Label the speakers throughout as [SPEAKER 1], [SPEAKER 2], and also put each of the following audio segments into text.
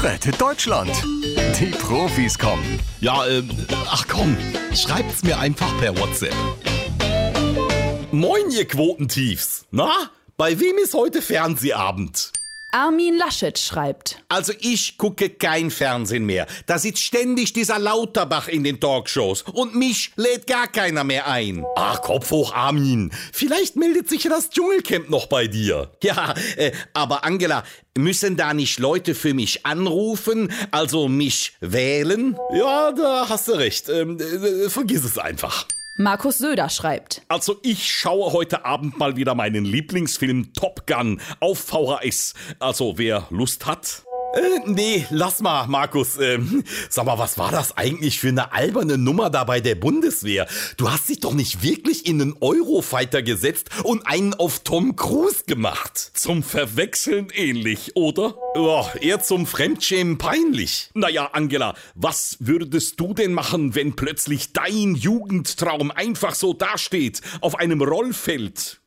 [SPEAKER 1] rettet Deutschland. Die Profis kommen.
[SPEAKER 2] Ja, ähm, ach komm, schreibt's mir einfach per WhatsApp. Moin, ihr Quotentiefs. Na, bei wem ist heute Fernsehabend?
[SPEAKER 3] Armin Laschet schreibt.
[SPEAKER 2] Also ich gucke kein Fernsehen mehr. Da sitzt ständig dieser Lauterbach in den Talkshows und mich lädt gar keiner mehr ein. Ach, Ah, Kopf hoch, Armin. Vielleicht meldet sich ja das Dschungelcamp noch bei dir. Ja, äh, aber Angela, müssen da nicht Leute für mich anrufen, also mich wählen? Ja, da hast du recht. Ähm, äh, vergiss es einfach.
[SPEAKER 3] Markus Söder schreibt.
[SPEAKER 2] Also ich schaue heute Abend mal wieder meinen Lieblingsfilm Top Gun auf VHS. Also wer Lust hat. Äh, nee, lass mal, Markus. Ähm, sag mal, was war das eigentlich für eine alberne Nummer da bei der Bundeswehr? Du hast dich doch nicht wirklich in einen Eurofighter gesetzt und einen auf Tom Cruise gemacht. Zum Verwechseln ähnlich, oder? Ja, eher zum Fremdschämen peinlich. Naja, Angela, was würdest du denn machen, wenn plötzlich dein Jugendtraum einfach so dasteht, auf einem Rollfeld?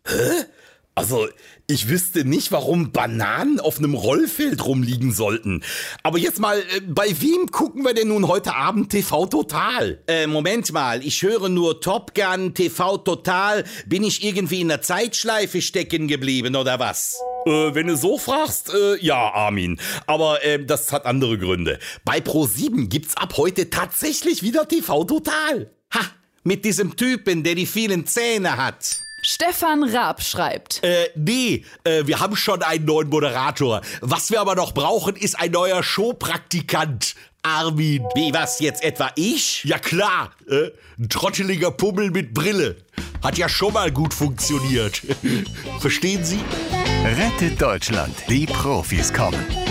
[SPEAKER 2] Also, ich wüsste nicht, warum Bananen auf einem Rollfeld rumliegen sollten. Aber jetzt mal, äh, bei wem gucken wir denn nun heute Abend TV Total? Äh, Moment mal, ich höre nur Top Gun, TV Total. Bin ich irgendwie in der Zeitschleife stecken geblieben oder was? Äh, wenn du so fragst, äh, ja, Armin. Aber äh, das hat andere Gründe. Bei Pro7 gibt's ab heute tatsächlich wieder TV Total. Ha, mit diesem Typen, der die vielen Zähne hat.
[SPEAKER 3] Stefan Raab schreibt.
[SPEAKER 2] Äh, nee, äh, wir haben schon einen neuen Moderator. Was wir aber noch brauchen, ist ein neuer Showpraktikant. Armin. Wie, was jetzt etwa ich? Ja klar, äh, ein trotteliger Pummel mit Brille. Hat ja schon mal gut funktioniert. Verstehen Sie?
[SPEAKER 1] Rettet Deutschland. Die Profis kommen.